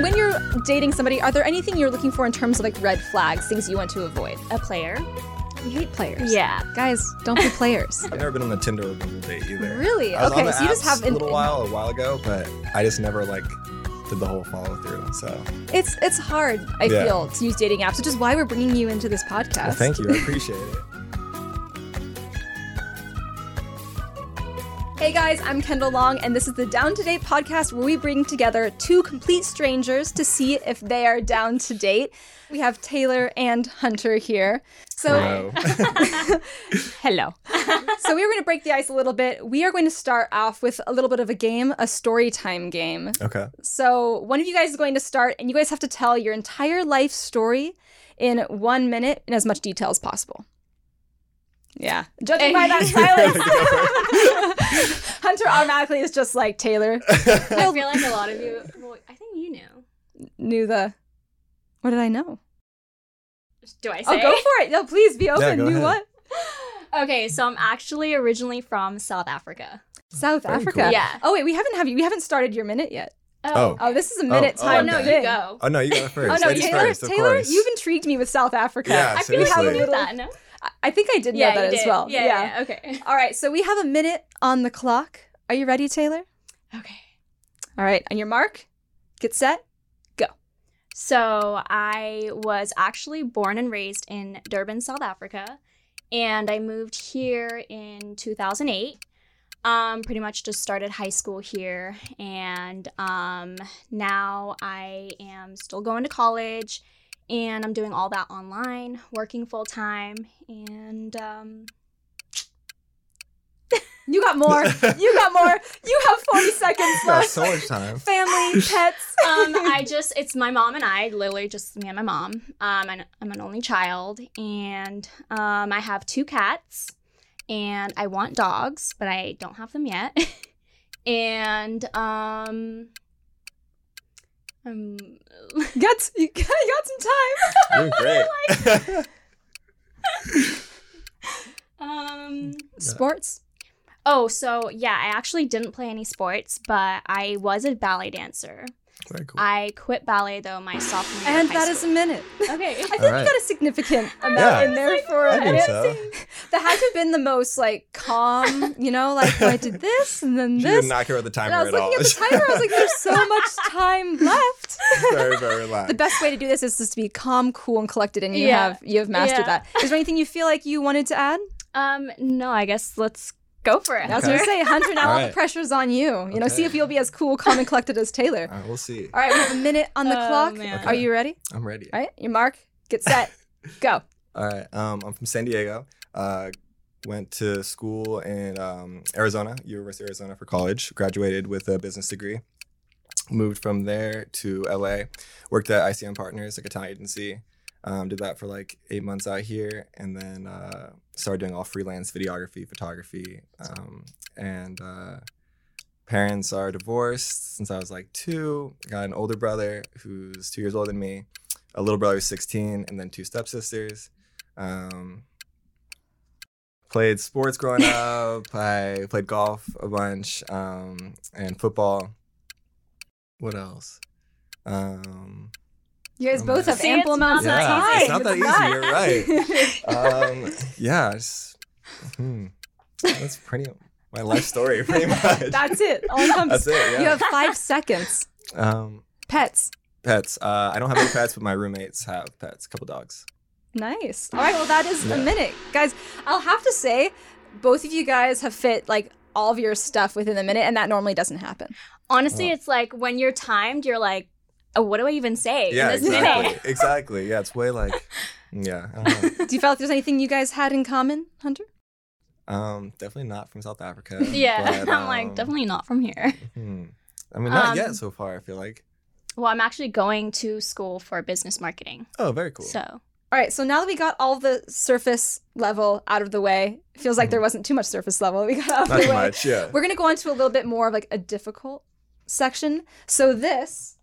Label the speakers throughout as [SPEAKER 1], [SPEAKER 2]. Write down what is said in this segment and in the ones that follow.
[SPEAKER 1] when you're dating somebody, are there anything you're looking for in terms of like red flags, things you want to avoid?
[SPEAKER 2] A player.
[SPEAKER 1] We hate players.
[SPEAKER 2] Yeah.
[SPEAKER 1] Guys, don't be players.
[SPEAKER 3] I've never been on the Tinder Bumble date either.
[SPEAKER 1] Really?
[SPEAKER 3] I was on
[SPEAKER 1] Okay,
[SPEAKER 3] the
[SPEAKER 1] so you just
[SPEAKER 3] apps
[SPEAKER 1] have
[SPEAKER 3] a
[SPEAKER 1] an-
[SPEAKER 3] little while a while ago, but I just never like did the whole follow through. So
[SPEAKER 1] It's it's hard, I
[SPEAKER 3] Yeah.
[SPEAKER 1] feel, to use dating apps, which is why we're bringing you into this podcast.
[SPEAKER 3] well, thank you, I appreciate it.
[SPEAKER 1] Hey guys, I'm Kendall Long, and this is the Down to Date podcast where we bring together two complete strangers to see if they are down to date. We have Taylor and Hunter here. So,
[SPEAKER 2] Hello.
[SPEAKER 1] so we are going to break the ice a little bit. We are going to start off with a little bit of a game, a story time game.
[SPEAKER 3] okay.
[SPEAKER 1] So, one of you guys is going to start, and you guys have to tell your entire life story in one minute in as much detail as possible. Yeah. Judging by that silence, Hunter automatically is just like Taylor
[SPEAKER 2] I feel like a lot of you. Well, I think you know.
[SPEAKER 1] knew the. What did I know?
[SPEAKER 2] Do I
[SPEAKER 1] Oh,
[SPEAKER 2] say?
[SPEAKER 1] go for it. No, please be open.
[SPEAKER 3] go
[SPEAKER 1] knew
[SPEAKER 3] ahead.
[SPEAKER 1] what?
[SPEAKER 2] Okay, so I'm actually originally from South Africa.
[SPEAKER 1] South
[SPEAKER 3] Very
[SPEAKER 1] Africa.
[SPEAKER 3] cool.
[SPEAKER 2] Yeah.
[SPEAKER 1] Oh wait, we haven't have you. We haven't started your minute yet.
[SPEAKER 3] Oh.
[SPEAKER 1] Oh, this is a
[SPEAKER 3] Oh,
[SPEAKER 1] minute
[SPEAKER 3] oh,
[SPEAKER 1] time.
[SPEAKER 2] Oh, no,
[SPEAKER 3] okay.
[SPEAKER 2] you go.
[SPEAKER 3] Oh no, you got it
[SPEAKER 1] Oh
[SPEAKER 3] first.
[SPEAKER 1] no,
[SPEAKER 3] Ladies
[SPEAKER 1] Taylor,
[SPEAKER 3] first, of
[SPEAKER 1] Taylor,
[SPEAKER 3] course.
[SPEAKER 1] you've intrigued me with South Africa.
[SPEAKER 3] Yeah,
[SPEAKER 2] I feel like
[SPEAKER 1] seriously.
[SPEAKER 2] you knew that. No?
[SPEAKER 1] I- I think I did know
[SPEAKER 2] yeah,
[SPEAKER 1] that
[SPEAKER 2] you
[SPEAKER 1] as
[SPEAKER 2] did.
[SPEAKER 1] well.
[SPEAKER 2] Yeah, yeah, yeah. Okay.
[SPEAKER 1] All right, so we have a minute on the clock. Are you ready, Taylor?
[SPEAKER 2] Okay.
[SPEAKER 1] All right, on your mark, get set.
[SPEAKER 2] So I was actually born and raised in Durban, South Africa, and I moved here in 2008. Um, pretty much just started high school here, and um, now I am still going to college, and I'm doing all that online, working full time, and um,
[SPEAKER 1] You got more. you got more. You have 40 seconds
[SPEAKER 3] got
[SPEAKER 1] left.
[SPEAKER 3] so much time.
[SPEAKER 1] Family, pets.
[SPEAKER 2] um, I just, it's my mom and I, literally just me and my mom. Um, and I'm an only child, and um, I have two cats, and I want dogs, but I don't have them yet. and um, um,
[SPEAKER 1] Got, you got you got some time.
[SPEAKER 3] You're great.
[SPEAKER 2] um,
[SPEAKER 1] Sports.
[SPEAKER 2] oh, so yeah, I actually didn't play any sports, but I was a ballet dancer.
[SPEAKER 3] Very cool.
[SPEAKER 2] I quit ballet though my sophomore year.
[SPEAKER 1] And
[SPEAKER 2] of high
[SPEAKER 1] that is a
[SPEAKER 2] school.
[SPEAKER 1] minute.
[SPEAKER 2] okay.
[SPEAKER 1] I think
[SPEAKER 3] All
[SPEAKER 1] you
[SPEAKER 3] right.
[SPEAKER 1] got a significant amount
[SPEAKER 3] Yeah.
[SPEAKER 1] in there for
[SPEAKER 3] I
[SPEAKER 1] a
[SPEAKER 3] think
[SPEAKER 1] minute.
[SPEAKER 3] so.
[SPEAKER 1] That had to have been the most like calm, you know, like "Oh, I did this and then
[SPEAKER 3] You
[SPEAKER 1] this.
[SPEAKER 3] did not care about the timer
[SPEAKER 1] and I was
[SPEAKER 3] at all.
[SPEAKER 1] looking at the timer, I was like, there's so much time left.
[SPEAKER 3] very, very loud.
[SPEAKER 1] the best way to do this is just to be calm, cool, and collected, and you
[SPEAKER 2] Yeah.
[SPEAKER 1] have you have mastered
[SPEAKER 2] Yeah.
[SPEAKER 1] that. Is there anything you feel like you wanted to add?
[SPEAKER 2] Um, no, I guess let's go for it.
[SPEAKER 1] I was gonna
[SPEAKER 2] Hunter.
[SPEAKER 1] say, Hunter, now all the
[SPEAKER 3] Alright.
[SPEAKER 1] pressure's on you. You know, see
[SPEAKER 3] Okay.
[SPEAKER 1] if you'll be as cool, calm, and collected as Taylor.
[SPEAKER 3] all right, we'll see.
[SPEAKER 1] All right, we have a minute on the
[SPEAKER 2] Oh,
[SPEAKER 1] clock.
[SPEAKER 2] man.
[SPEAKER 1] Are you ready?
[SPEAKER 3] I'm ready.
[SPEAKER 1] All right, your mark, get set, go.
[SPEAKER 3] All right. Um, I'm from San Diego. Uh, went to school in um, Arizona, University of Arizona for college. Graduated with a business degree. Moved from there to LA. Worked at ICM Partners, like a talent agency. Um, did that for like eight months out here, and then uh, started doing all freelance videography, photography, um, and uh, parents are divorced since I was like two. I got an older brother who's two years older than me, a little brother who's 16, and then two stepsisters. Um, played sports growing up. I played golf a bunch um, and football. What else? Um,
[SPEAKER 1] You guys
[SPEAKER 3] Oh,
[SPEAKER 1] both
[SPEAKER 3] man.
[SPEAKER 1] have
[SPEAKER 2] See,
[SPEAKER 1] ample
[SPEAKER 2] it's not
[SPEAKER 1] amounts of time.
[SPEAKER 2] that easy.
[SPEAKER 3] It's not that easy. You're right. um, yeah, it's- hmm. that's pretty my life story, pretty much.
[SPEAKER 1] That's it. All it comes.
[SPEAKER 3] That's it. Yeah.
[SPEAKER 1] You have five seconds.
[SPEAKER 3] um,
[SPEAKER 1] Pets.
[SPEAKER 3] Pets. Uh, I don't have any pets, but my roommates have pets. A couple dogs.
[SPEAKER 1] Nice. All right. Well, that is a
[SPEAKER 3] Yeah.
[SPEAKER 1] minute, guys. I'll have to say, both of you guys have fit like all of your stuff within a minute, and that normally doesn't happen.
[SPEAKER 2] Honestly,
[SPEAKER 3] Oh.
[SPEAKER 2] it's like when you're timed, you're like, oh, what do I even say? in
[SPEAKER 3] Yeah,
[SPEAKER 2] this minute?"
[SPEAKER 3] exactly. exactly. Yeah, it's way like, yeah. I don't
[SPEAKER 1] Do you feel like there's anything you guys had in common, Hunter?
[SPEAKER 3] know. um, definitely not from South Africa.
[SPEAKER 2] Yeah,
[SPEAKER 3] but,
[SPEAKER 2] I'm like
[SPEAKER 3] um,
[SPEAKER 2] definitely not from here.
[SPEAKER 3] hmm. I mean, not
[SPEAKER 2] Um,
[SPEAKER 3] yet so far. I feel like.
[SPEAKER 2] Well, I'm actually going to school for business marketing.
[SPEAKER 3] Oh, very cool.
[SPEAKER 2] So
[SPEAKER 1] All right. So now that we got all the surface level out of the way, it feels like there
[SPEAKER 3] Mm-hmm.
[SPEAKER 1] wasn't too much surface level. We got out of
[SPEAKER 3] not
[SPEAKER 1] the
[SPEAKER 3] too
[SPEAKER 1] way.
[SPEAKER 3] much. Yeah.
[SPEAKER 1] We're gonna go on to a little bit more of like a difficult section. So this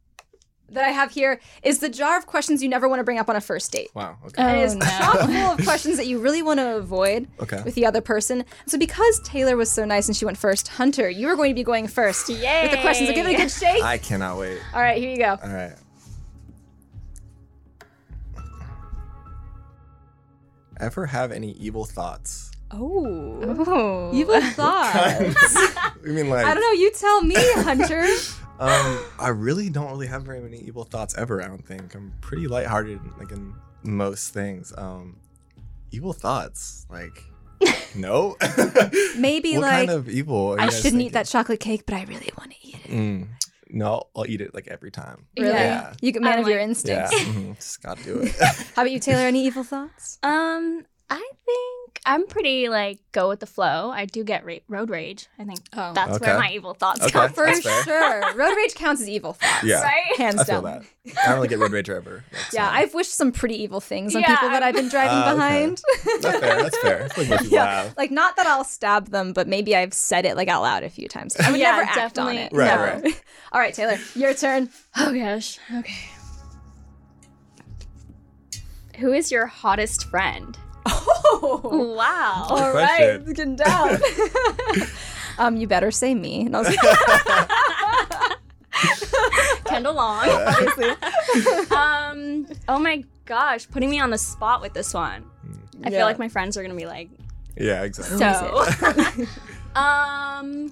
[SPEAKER 1] that I have here is the jar of questions you never want to bring up on a first date.
[SPEAKER 3] Wow. Okay.
[SPEAKER 1] And it
[SPEAKER 2] Oh,
[SPEAKER 1] is
[SPEAKER 2] no.
[SPEAKER 1] chock full of questions that you really want to avoid
[SPEAKER 3] okay.
[SPEAKER 1] with the other person. So because Taylor was so nice and she went first, Hunter, you are going to be going first with the questions. So give it a
[SPEAKER 2] Yay.
[SPEAKER 1] good shake.
[SPEAKER 3] I cannot wait.
[SPEAKER 1] All right, here you go.
[SPEAKER 3] All right. ever have any evil thoughts?
[SPEAKER 1] Oh.
[SPEAKER 2] Oh.
[SPEAKER 1] Evil
[SPEAKER 3] kind?
[SPEAKER 1] thoughts.
[SPEAKER 3] I mean, like,
[SPEAKER 1] I don't know. You tell me, Hunter.
[SPEAKER 3] um, I really don't really have very many evil thoughts ever. I don't think I'm pretty lighthearted, like in most things. Um, evil thoughts, like, no.
[SPEAKER 1] Maybe
[SPEAKER 3] what
[SPEAKER 1] like
[SPEAKER 3] kind of evil? are you
[SPEAKER 1] I
[SPEAKER 3] guys
[SPEAKER 1] shouldn't eat that
[SPEAKER 3] thinking?
[SPEAKER 1] chocolate cake, but I really want to eat it.
[SPEAKER 3] Mm. No, I'll eat it like every time.
[SPEAKER 1] Really?
[SPEAKER 2] Yeah.
[SPEAKER 3] Yeah.
[SPEAKER 1] You get man
[SPEAKER 2] I'm
[SPEAKER 1] of your
[SPEAKER 2] like-
[SPEAKER 3] Yeah,
[SPEAKER 1] instincts.
[SPEAKER 3] mhm, just gotta do it.
[SPEAKER 1] How about you, Taylor? Any evil thoughts?
[SPEAKER 2] Um, I think I'm pretty like go with the flow. I do get ra- road rage. I think
[SPEAKER 1] Oh,
[SPEAKER 2] that's
[SPEAKER 3] Okay.
[SPEAKER 2] where my evil thoughts
[SPEAKER 3] Okay.
[SPEAKER 2] come
[SPEAKER 1] for
[SPEAKER 2] from.
[SPEAKER 3] That's fair.
[SPEAKER 1] sure. Road rage counts as evil thoughts.
[SPEAKER 3] Yeah.
[SPEAKER 2] Right?
[SPEAKER 1] Hands
[SPEAKER 3] I feel
[SPEAKER 1] down.
[SPEAKER 3] that. I don't really get road rage ever. That's,
[SPEAKER 1] Yeah,
[SPEAKER 3] um,
[SPEAKER 1] I've wished some pretty evil things on
[SPEAKER 2] Yeah,
[SPEAKER 1] people that
[SPEAKER 2] I-
[SPEAKER 1] I've been driving
[SPEAKER 3] Ah, okay.
[SPEAKER 1] behind.
[SPEAKER 3] That's fair. That's fair. It's like most people
[SPEAKER 1] Yeah.
[SPEAKER 3] have.
[SPEAKER 1] Like not that I'll stab them, but maybe I've said it like out loud a few times. I would
[SPEAKER 2] Yeah,
[SPEAKER 1] never act on it.
[SPEAKER 2] definitely.
[SPEAKER 3] Right,
[SPEAKER 1] No. All right, Taylor, your turn.
[SPEAKER 2] Oh gosh. Okay. Who is your hottest friend?
[SPEAKER 1] Oh.
[SPEAKER 2] Wow.
[SPEAKER 1] All right,
[SPEAKER 3] question.
[SPEAKER 1] it's getting down. um, you better say me. And I was like,
[SPEAKER 2] Kendall Long, obviously. um, oh my gosh, putting me on the spot with this one. I
[SPEAKER 1] Yeah.
[SPEAKER 2] feel like my friends are gonna be like,
[SPEAKER 3] Yeah, exactly.
[SPEAKER 1] is
[SPEAKER 2] so. um,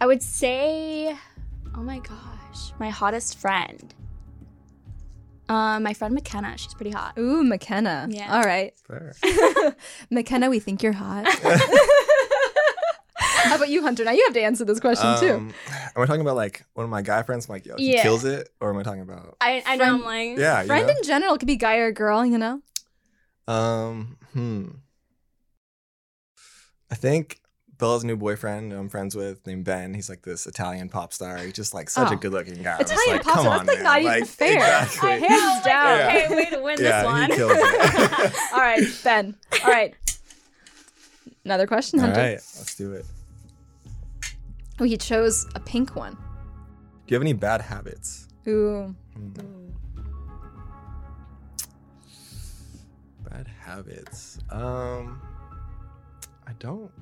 [SPEAKER 2] I would say, oh my gosh, my hottest friend. Um, my friend McKenna, she's pretty hot.
[SPEAKER 1] Ooh, McKenna.
[SPEAKER 2] Yeah.
[SPEAKER 1] All right.
[SPEAKER 3] Fair.
[SPEAKER 1] McKenna, we think you're hot. How about you, Hunter? Now you have to answer this question too.
[SPEAKER 3] Um, am I talking about like one of my guy friends? I'm like, yo, he
[SPEAKER 2] Yeah.
[SPEAKER 3] kills it, or am I talking about?
[SPEAKER 2] I, I know I'm like,
[SPEAKER 3] Yeah, you
[SPEAKER 1] Friend
[SPEAKER 3] know?
[SPEAKER 1] in general could be guy or girl, you know?
[SPEAKER 3] Um, hmm. I think Bella's new boyfriend I'm friends with named Ben. He's like this Italian pop star. He's just like such
[SPEAKER 1] Oh.
[SPEAKER 3] a good looking guy. I'm just
[SPEAKER 1] Italian
[SPEAKER 3] like,
[SPEAKER 1] pop
[SPEAKER 3] come
[SPEAKER 1] star,
[SPEAKER 3] on,
[SPEAKER 1] that's like not
[SPEAKER 3] man.
[SPEAKER 1] even
[SPEAKER 3] Like,
[SPEAKER 1] fair.
[SPEAKER 3] Exactly.
[SPEAKER 1] I hate- Hands down.
[SPEAKER 2] Okay, way to win
[SPEAKER 3] Yeah,
[SPEAKER 2] this one.
[SPEAKER 3] he kills it.
[SPEAKER 1] All right, Ben. All right. Another question,
[SPEAKER 3] All
[SPEAKER 1] Hunter.
[SPEAKER 3] right, let's do it.
[SPEAKER 1] Oh, he chose a pink one.
[SPEAKER 3] Do you have any bad habits?
[SPEAKER 1] Ooh.
[SPEAKER 3] Bad habits. Um, I don't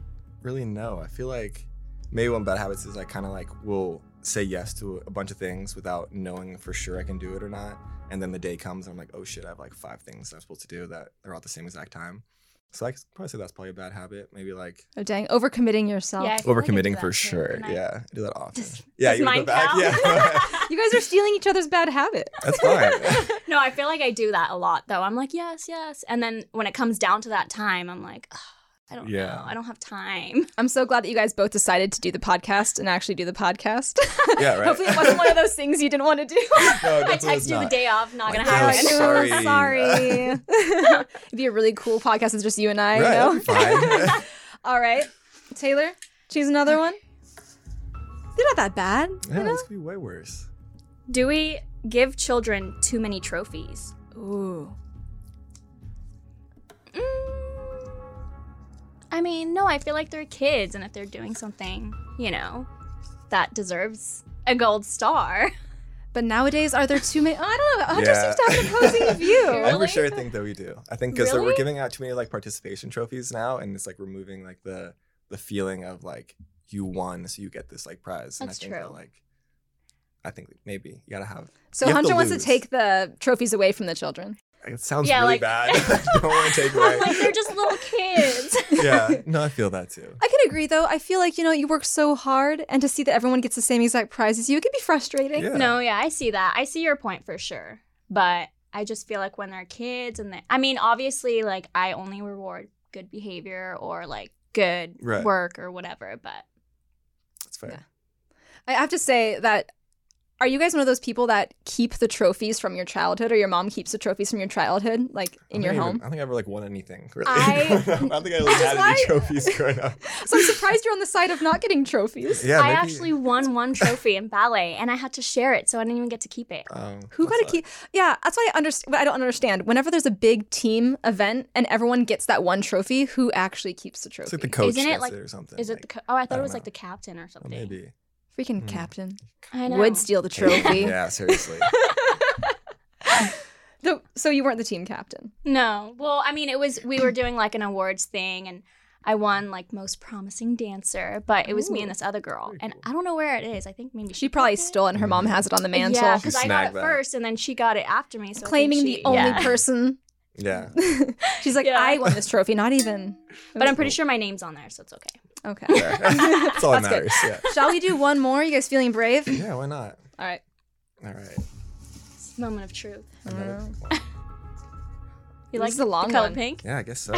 [SPEAKER 3] really know. I feel like maybe one bad habits is I kind of like will say yes to a bunch of things without knowing for sure I can do it or not, and then the day comes and I'm like, oh shit, I have like five things I'm supposed to do that they're all at the same exact time. So I could probably say that's probably a bad habit. Maybe like
[SPEAKER 1] Oh, dang. Overcommitting yourself.
[SPEAKER 2] Yeah, I feel like I do
[SPEAKER 3] overcommitting
[SPEAKER 2] that
[SPEAKER 3] for
[SPEAKER 2] too,
[SPEAKER 3] sure.
[SPEAKER 2] and I-
[SPEAKER 3] Yeah, I do that often.
[SPEAKER 2] Does-
[SPEAKER 3] yeah,
[SPEAKER 2] does
[SPEAKER 3] you would
[SPEAKER 2] mine
[SPEAKER 3] go back.
[SPEAKER 2] count?
[SPEAKER 3] Yeah,
[SPEAKER 1] You guys are stealing each other's bad habit.
[SPEAKER 3] that's fine.
[SPEAKER 2] No, I feel like I do that a lot though. I'm like, yes, yes. And then when it comes down to that time, I'm like, "Ugh, I don't
[SPEAKER 3] Yeah.
[SPEAKER 2] know. Oh, I don't have time.
[SPEAKER 1] I'm so glad that you guys both decided to do the podcast and actually do the podcast.
[SPEAKER 3] Yeah, right.
[SPEAKER 1] Hopefully, it wasn't one of those things you didn't want to do.
[SPEAKER 3] No,
[SPEAKER 2] I
[SPEAKER 3] definitely it's
[SPEAKER 2] text you the
[SPEAKER 3] not.
[SPEAKER 2] day off, not
[SPEAKER 3] Like,
[SPEAKER 2] gonna
[SPEAKER 3] oh,
[SPEAKER 1] Yeah,
[SPEAKER 2] happen.
[SPEAKER 1] I
[SPEAKER 3] so
[SPEAKER 1] know, I'm sorry.
[SPEAKER 3] sorry.
[SPEAKER 1] It'd be a really cool podcast with just you and I.
[SPEAKER 3] Right,
[SPEAKER 1] You know?
[SPEAKER 3] that'd be fine.
[SPEAKER 1] All right, Taylor, choose another one. They're not that bad.
[SPEAKER 3] yeah, this could be way worse.
[SPEAKER 2] Do we give children too many trophies?
[SPEAKER 1] Ooh.
[SPEAKER 2] Mm, I mean, no, I feel like they're kids, and if they're doing something, you know, that deserves a gold star.
[SPEAKER 1] But nowadays, are there too many? Oh, I don't know. Hunter
[SPEAKER 3] Yeah.
[SPEAKER 1] seems to have an opposing view.
[SPEAKER 2] Really?
[SPEAKER 3] I for sure think that we do. I think because we're
[SPEAKER 2] Really?
[SPEAKER 3] giving out too many like participation trophies now, and it's like removing like the the feeling of like you won, so you get this like prize. and I
[SPEAKER 2] That's
[SPEAKER 3] think That,
[SPEAKER 2] true.
[SPEAKER 3] like, I think maybe you gotta have.
[SPEAKER 1] So
[SPEAKER 3] You have
[SPEAKER 1] Hunter
[SPEAKER 3] to
[SPEAKER 1] wants to
[SPEAKER 3] lose.
[SPEAKER 1] take the trophies away from the children.
[SPEAKER 3] It sounds
[SPEAKER 2] Yeah,
[SPEAKER 3] really
[SPEAKER 2] like-
[SPEAKER 3] bad. I don't want to take away.
[SPEAKER 2] like they're just little kids.
[SPEAKER 3] yeah, no, I feel that too.
[SPEAKER 1] I can agree, though. I feel like you know you work so hard, and to see that everyone gets the same exact prize as you, it can be frustrating.
[SPEAKER 3] Yeah.
[SPEAKER 2] No, yeah, I see that. I see your point for sure. But I just feel like when they're kids and they, I mean, obviously, like I only reward good behavior or like good
[SPEAKER 3] Right.
[SPEAKER 2] work or whatever. But
[SPEAKER 3] That's fair.
[SPEAKER 1] I have to say that are you guys one of those people that keep the trophies from your childhood or your mom keeps the trophies from your childhood like in
[SPEAKER 3] I
[SPEAKER 1] your
[SPEAKER 3] don't
[SPEAKER 1] home?
[SPEAKER 3] even- I don't think I ever like won anything. Really,
[SPEAKER 2] I-
[SPEAKER 3] I, don't think I really
[SPEAKER 1] Which is
[SPEAKER 3] had
[SPEAKER 1] why-
[SPEAKER 3] any trophies growing up.
[SPEAKER 1] So I'm surprised you're on the side of not getting trophies.
[SPEAKER 3] Yeah,
[SPEAKER 2] I
[SPEAKER 3] maybe-
[SPEAKER 2] actually won one trophy in ballet and I had to share it. So I didn't even get to keep it.
[SPEAKER 3] Oh,
[SPEAKER 1] Who
[SPEAKER 3] that's
[SPEAKER 1] got to
[SPEAKER 3] not-
[SPEAKER 1] keep? Yeah, that's why I understand. I don't understand. Whenever there's a big team event and everyone gets that one trophy, who actually keeps the trophy?
[SPEAKER 3] It's like the coach
[SPEAKER 2] Isn't it
[SPEAKER 3] gets
[SPEAKER 2] like-
[SPEAKER 3] it or something.
[SPEAKER 2] Is it
[SPEAKER 3] like-
[SPEAKER 2] the, co- oh, I thought
[SPEAKER 3] I
[SPEAKER 2] it
[SPEAKER 3] don't
[SPEAKER 2] was like
[SPEAKER 3] know.
[SPEAKER 2] the captain or
[SPEAKER 3] Oh,
[SPEAKER 2] something.
[SPEAKER 3] maybe.
[SPEAKER 1] Freaking
[SPEAKER 3] Hmm.
[SPEAKER 1] captain
[SPEAKER 2] I know.
[SPEAKER 1] would steal the trophy.
[SPEAKER 3] yeah, seriously.
[SPEAKER 1] Though- so you weren't the team captain.
[SPEAKER 2] No. Well, I mean, it was, we were doing like an awards thing and I won like most promising dancer, but it was me
[SPEAKER 1] Ooh,
[SPEAKER 2] and this other girl.
[SPEAKER 3] very
[SPEAKER 2] And
[SPEAKER 3] cool.
[SPEAKER 2] I don't know where it is. I think maybe
[SPEAKER 1] She probably
[SPEAKER 2] took it.
[SPEAKER 1] stole it and her
[SPEAKER 3] Hmm.
[SPEAKER 1] mom has it on the mantle.
[SPEAKER 2] Yeah,
[SPEAKER 3] She
[SPEAKER 2] because I got
[SPEAKER 3] snagged
[SPEAKER 2] it
[SPEAKER 3] that.
[SPEAKER 2] first, and then she got it after me. So I think
[SPEAKER 1] claiming
[SPEAKER 2] she-
[SPEAKER 1] the only
[SPEAKER 2] yeah.
[SPEAKER 1] person
[SPEAKER 3] Yeah.
[SPEAKER 1] She's like,
[SPEAKER 2] Yeah.
[SPEAKER 1] I won this trophy, not even.
[SPEAKER 2] But I'm pretty sure my name's on there, so it's okay.
[SPEAKER 1] Okay.
[SPEAKER 3] yeah. That's all that
[SPEAKER 1] That's good.
[SPEAKER 3] matters. Yeah.
[SPEAKER 1] Shall we do one more? You guys feeling brave?
[SPEAKER 3] Yeah, why not?
[SPEAKER 1] All right.
[SPEAKER 3] All right.
[SPEAKER 2] It's a moment of truth.
[SPEAKER 3] Another-
[SPEAKER 2] You
[SPEAKER 1] This
[SPEAKER 2] like
[SPEAKER 1] is a long
[SPEAKER 2] the color
[SPEAKER 1] one.
[SPEAKER 2] pink?
[SPEAKER 3] Yeah, I guess so.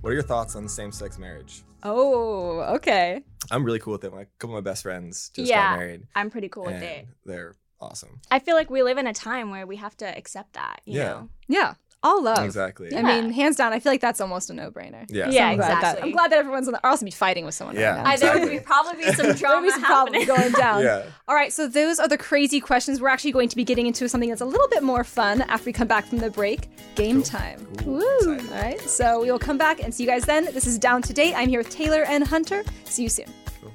[SPEAKER 3] what are your thoughts on same sex marriage?
[SPEAKER 1] Oh, okay.
[SPEAKER 3] I'm really cool with it. My, a couple of my best friends just
[SPEAKER 2] Yeah,
[SPEAKER 3] got married.
[SPEAKER 2] I'm pretty cool with
[SPEAKER 3] and
[SPEAKER 2] it.
[SPEAKER 3] They're awesome.
[SPEAKER 2] I feel like we live in a time where we have to accept that, you
[SPEAKER 3] Yeah.
[SPEAKER 2] know?
[SPEAKER 1] Yeah. All love.
[SPEAKER 3] Exactly.
[SPEAKER 1] I
[SPEAKER 2] Yeah.
[SPEAKER 1] mean, hands down, I feel like that's almost a no brainer.
[SPEAKER 3] Yeah.
[SPEAKER 2] Yeah,
[SPEAKER 1] I'm glad that-
[SPEAKER 2] exactly.
[SPEAKER 1] I'm glad that everyone's on the, or else I'd be fighting with someone
[SPEAKER 3] Yeah.
[SPEAKER 1] right now.
[SPEAKER 2] I, there would
[SPEAKER 3] Exactly.
[SPEAKER 2] be probably be some
[SPEAKER 1] There'd
[SPEAKER 2] drama
[SPEAKER 1] be some
[SPEAKER 2] happening.
[SPEAKER 1] problems going down.
[SPEAKER 3] Yeah.
[SPEAKER 1] All right, so those are the crazy questions. We're actually going to be getting into something that's a little bit more fun after we come back from the break. Game time.
[SPEAKER 3] Ooh,
[SPEAKER 1] Woo!
[SPEAKER 3] exciting.
[SPEAKER 1] All right, so we will come back and see you guys then. This is Down to Date. I'm here with Taylor and Hunter. See you soon.
[SPEAKER 3] Cool.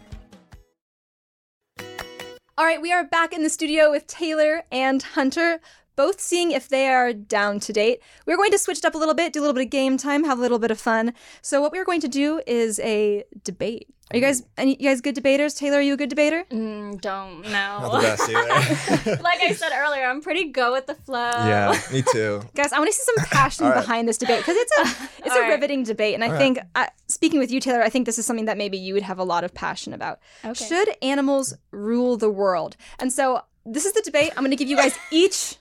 [SPEAKER 1] All right, we are back in the studio with Taylor and Hunter, both seeing if they are down to date. We're going to switch it up a little bit, do a little bit of game time, have a little bit of fun. So what we're going to do is a debate. Are you guys any you guys good debaters? Taylor, are you a good debater?
[SPEAKER 2] Mm, don't
[SPEAKER 3] Not the
[SPEAKER 2] know.
[SPEAKER 3] best either.
[SPEAKER 2] like I said earlier, I'm pretty go with the flow.
[SPEAKER 3] yeah, me too.
[SPEAKER 1] Guys, I want to see some passion
[SPEAKER 3] All right.
[SPEAKER 1] behind this debate because it's a it's a
[SPEAKER 2] All right.
[SPEAKER 1] riveting debate, and I
[SPEAKER 3] All right.
[SPEAKER 1] think uh, speaking with you, Taylor, I think this is something that maybe you would have a lot of passion about.
[SPEAKER 2] Okay.
[SPEAKER 1] Should animals rule the world? And so this is the debate. I'm going to give you guys each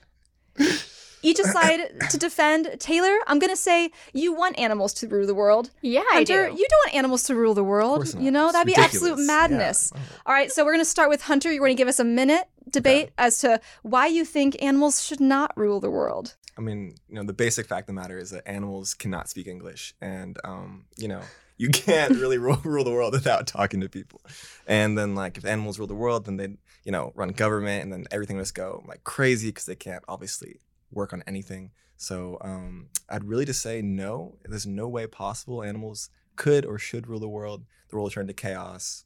[SPEAKER 1] each a side to defend. Taylor, I'm going to say you want animals to rule the world.
[SPEAKER 2] Yeah,
[SPEAKER 1] Hunter,
[SPEAKER 2] I do.
[SPEAKER 1] you don't want animals to rule the world.
[SPEAKER 3] course not.
[SPEAKER 1] You know
[SPEAKER 3] It's
[SPEAKER 1] that'd be
[SPEAKER 3] ridiculous.
[SPEAKER 1] absolute
[SPEAKER 3] Yeah.
[SPEAKER 1] madness.
[SPEAKER 3] Oh.
[SPEAKER 1] All right, so we're going to start with Hunter. You're going to give us a minute debate as to why you think animals should not rule the world.
[SPEAKER 3] I mean, you know, the basic fact of the matter is that animals cannot speak English, and um, you know, you can't really rule, rule the world without talking to people. And then, like, if animals rule the world, then they'd, you know, run government, and then everything would just go like crazy because they can't obviously work on anything. So, um, I'd really just say no. There's no way possible animals could or should rule the world. The world will turn to chaos.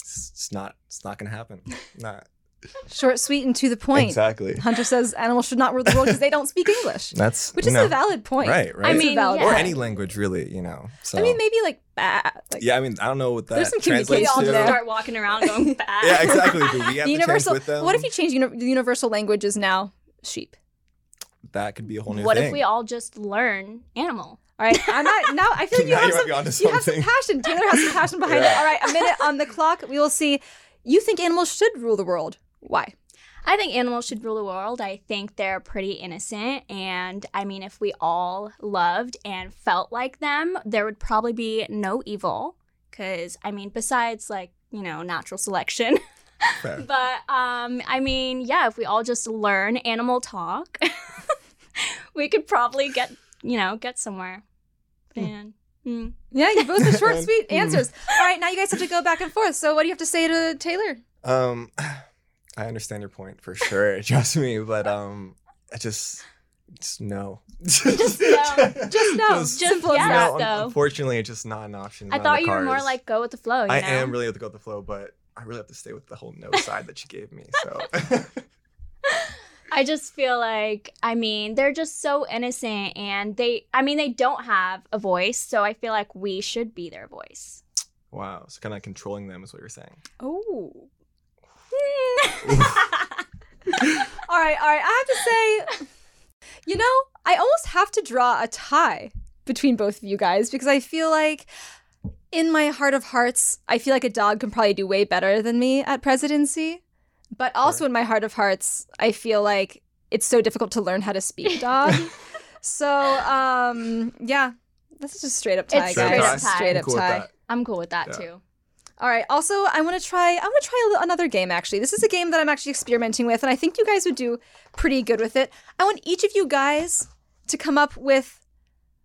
[SPEAKER 3] It's, it's not. It's not gonna happen. Not
[SPEAKER 1] Short, sweet, and to the point.
[SPEAKER 3] exactly.
[SPEAKER 1] Hunter says animals should not rule the world because they don't speak English,
[SPEAKER 3] That's
[SPEAKER 1] which is
[SPEAKER 3] no.
[SPEAKER 1] a valid point.
[SPEAKER 3] Right, right.
[SPEAKER 2] I
[SPEAKER 1] It's a
[SPEAKER 2] mean,
[SPEAKER 1] valid
[SPEAKER 2] yeah.
[SPEAKER 3] or
[SPEAKER 1] point.
[SPEAKER 3] any language really. You know. So.
[SPEAKER 1] I mean, maybe like, bah, like
[SPEAKER 3] Yeah, I mean, I don't know what that
[SPEAKER 1] There's some
[SPEAKER 2] We
[SPEAKER 1] communication
[SPEAKER 3] translates
[SPEAKER 2] all
[SPEAKER 1] Let's
[SPEAKER 3] to.
[SPEAKER 1] do- there.
[SPEAKER 2] start walking around going back.
[SPEAKER 3] Yeah, exactly. Do we
[SPEAKER 1] the
[SPEAKER 3] have to change
[SPEAKER 1] universal.
[SPEAKER 3] with them?
[SPEAKER 1] What if you change uni- the universal language is now sheep?
[SPEAKER 3] That could be a whole new
[SPEAKER 2] What
[SPEAKER 3] thing.
[SPEAKER 2] if we all just learn animal?
[SPEAKER 1] All right, I'm not now. I feel like you
[SPEAKER 3] Now
[SPEAKER 1] have
[SPEAKER 3] you might be
[SPEAKER 1] some.
[SPEAKER 3] onto
[SPEAKER 1] You have some
[SPEAKER 3] something.
[SPEAKER 1] passion. Taylor has some passion behind it.
[SPEAKER 3] Yeah.
[SPEAKER 1] All right, a minute on the clock. We will see. You think animals should rule the world? Why?
[SPEAKER 2] I think animals should rule the world. I think they're pretty innocent. And I mean, if we all loved and felt like them, there would probably be no evil. Because, I mean, besides like, you know, natural selection.
[SPEAKER 3] Fair.
[SPEAKER 2] But, um, I mean, yeah, if we all just learn animal talk, we could probably get, you know, get somewhere.
[SPEAKER 3] Hmm.
[SPEAKER 2] And, mm.
[SPEAKER 1] Yeah, you both have short, sweet answers. All right, now you guys have to go back and forth. So, what do you have to say to Taylor?
[SPEAKER 3] Um, I understand your point for sure. Trust me, but um, I just, just no. Just
[SPEAKER 2] no.
[SPEAKER 1] Just no.
[SPEAKER 3] Just
[SPEAKER 1] Simple as
[SPEAKER 2] yeah.
[SPEAKER 1] that.
[SPEAKER 3] no. un-
[SPEAKER 2] though.
[SPEAKER 3] Unfortunately, it's just not an option.
[SPEAKER 2] I
[SPEAKER 3] not in
[SPEAKER 2] thought
[SPEAKER 3] the
[SPEAKER 2] you were more
[SPEAKER 3] cards.
[SPEAKER 2] like go with the flow. You
[SPEAKER 3] I
[SPEAKER 2] know?
[SPEAKER 3] am really with the go with the flow, but I really have to stay with the whole no side that you gave me. So
[SPEAKER 2] I just feel like, I mean, they're just so innocent and they, I mean, they don't have a voice. So I feel like we should be their voice.
[SPEAKER 3] wow, so kind of controlling them is what you're saying.
[SPEAKER 1] Oh.
[SPEAKER 2] Hmm.
[SPEAKER 1] All right, all right. I have to say, you know, I almost have to draw a tie between both of you guys because I feel like, in my heart of hearts, I feel like a dog can probably do way better than me at presidency. But also in my heart of hearts, I feel like it's so difficult to learn how to speak dog. so, um, yeah, this is just straight up tie,
[SPEAKER 2] It's
[SPEAKER 1] guys.
[SPEAKER 2] straight
[SPEAKER 1] Straight
[SPEAKER 2] up tie.
[SPEAKER 3] I'm
[SPEAKER 1] up
[SPEAKER 3] cool with
[SPEAKER 1] tie.
[SPEAKER 3] that.
[SPEAKER 2] I'm cool with that
[SPEAKER 3] Yeah.
[SPEAKER 2] too.
[SPEAKER 1] All right. Also, I want to try. I want to try a li- another game. Actually, this is a game that I'm actually experimenting with, and I think you guys would do pretty good with it. I want each of you guys to come up with